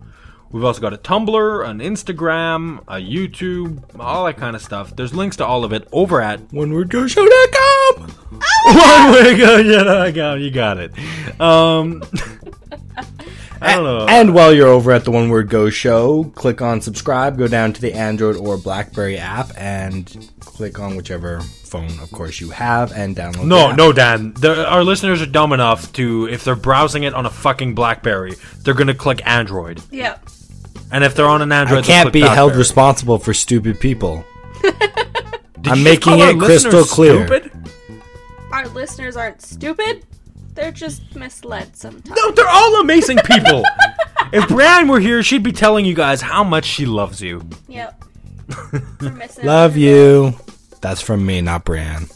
We've also got a Tumblr, an Instagram, a YouTube, all that kind of stuff. There's links to all of it over at
OneWordGoShow.com!
onewordgo. You got it. Um, I don't know.
And while you're over at the One Word Go show, click on subscribe, go down to the Android or Blackberry app, and click on whichever phone, of course, you have, and download
No,
the app.
no, Dan. The, our listeners are dumb enough to, if they're browsing it on a fucking BlackBerry, they're gonna click Android,
Yep.
and if they're on an Android,
I
they'll
can't
click
be held
BlackBerry.
responsible for stupid people.
Did
I'm
you just
making
call our
it crystal
listeners
clear.
stupid?
Our listeners aren't stupid. They're just misled sometimes.
No, they're all amazing people. if Brian were here, she'd be telling you guys how much she loves you.
Yep. We're missing
Love you. That's from me, not Brienne.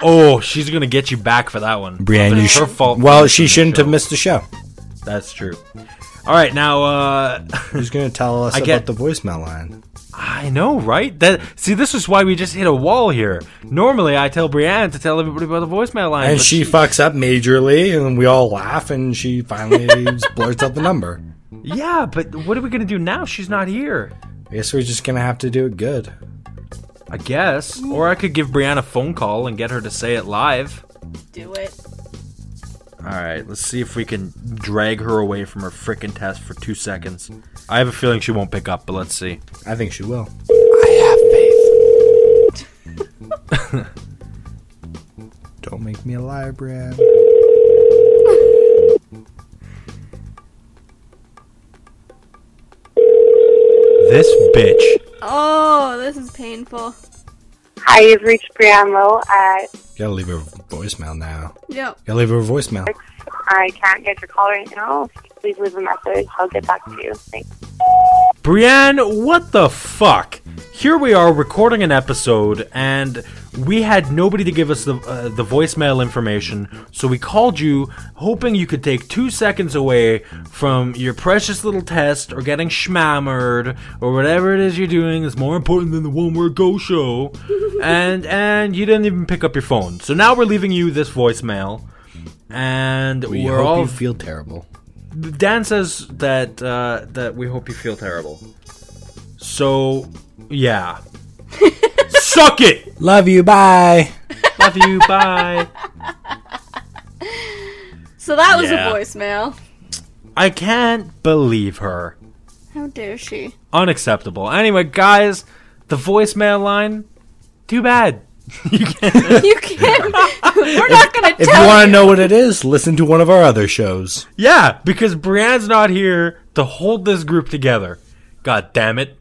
Oh, she's gonna get you back for that one.
Brienne,
It's
you
her
should.
fault.
Well,
Oh, for
she
missing the
shouldn't have
show.
missed the show.
That's true. All right, now uh,
Who's going to tell us
I
about
get-
the voicemail line?
I know, right? That see, this is why we just hit a wall here. Normally, I tell Brianne to tell everybody about the voicemail line,
And
but
she fucks up majorly, and we all laugh, and she finally just blurts out the number.
yeah, but what are we gonna do now? She's not here.
I guess we're just going to have to do it good.
I guess, or I could give Brianne a phone call and get her to say it live.
Do it.
All right, let's see if we can drag her away from her frickin' test for two seconds. I have a feeling she won't pick up, but let's see.
I think she will.
I have faith.
Don't make me a liar, Brad.
This bitch.
Oh, this is painful.
Hi, you've reached Brianne Lowe at
Gotta leave her voicemail now.
Yep.
Gotta leave her voicemail.
I can't get your call right now. Please leave a message. I'll get back to you. Thanks.
Brianne, what the fuck? Here we are recording an episode, and we had nobody to give us the uh, the voicemail information, so we called you, hoping you could take two seconds away from your precious little test or getting schmammered or whatever it is you're doing is more important than the one word go show, and and you didn't even pick up your phone. So now we're leaving you this voicemail, and
We
are
hope
all
you feel terrible.
Dan says that uh, that we hope you feel terrible. So, yeah. Suck it.
Love you. Bye.
Love you. Bye.
So that was
Yeah.
a voicemail.
I can't believe her.
How dare she?
Unacceptable. Anyway, guys, the voicemail line. Too bad. you can't.
You can't. We're not gonna
If
tell
you want
you.
to know what it is, listen to one of our other shows.
Yeah, because Brianne's not here to hold this group together. God damn it.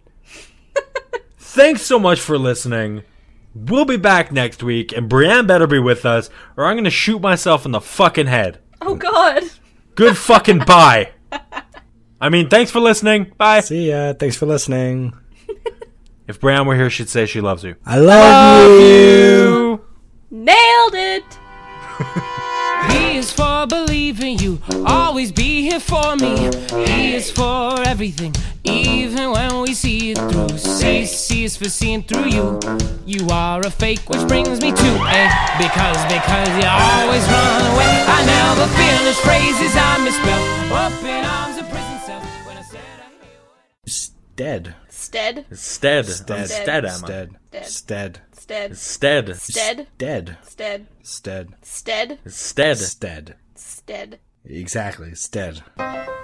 Thanks so much for listening. We'll be back next week, and Brianne better be with us, or I'm gonna shoot myself in the fucking head.
Oh God.
Good fucking bye. I mean, thanks for listening. Bye.
See ya. Thanks for listening.
If Brianne were here, she'd say she loves you.
I love, you.
Nailed it.
He is for believing you, always be here for me. He is for everything, even when we see it through. C, C is for seeing through you. You are a fake, which brings me to A. Because, because you always run away. I never finish phrases I misspell. Up in arms, a prison cell. When I said I hear you.
Dead.
Stead.
Stead.
Stead.
Stead. Stead. Emma. Stead.
Stead.
Dead.
Stead.
Stead.
Stead.
Stead.
Dead.
Stead.
Stead.
Stead.
Stead.
Stead.
Stead.
Exactly. Stead.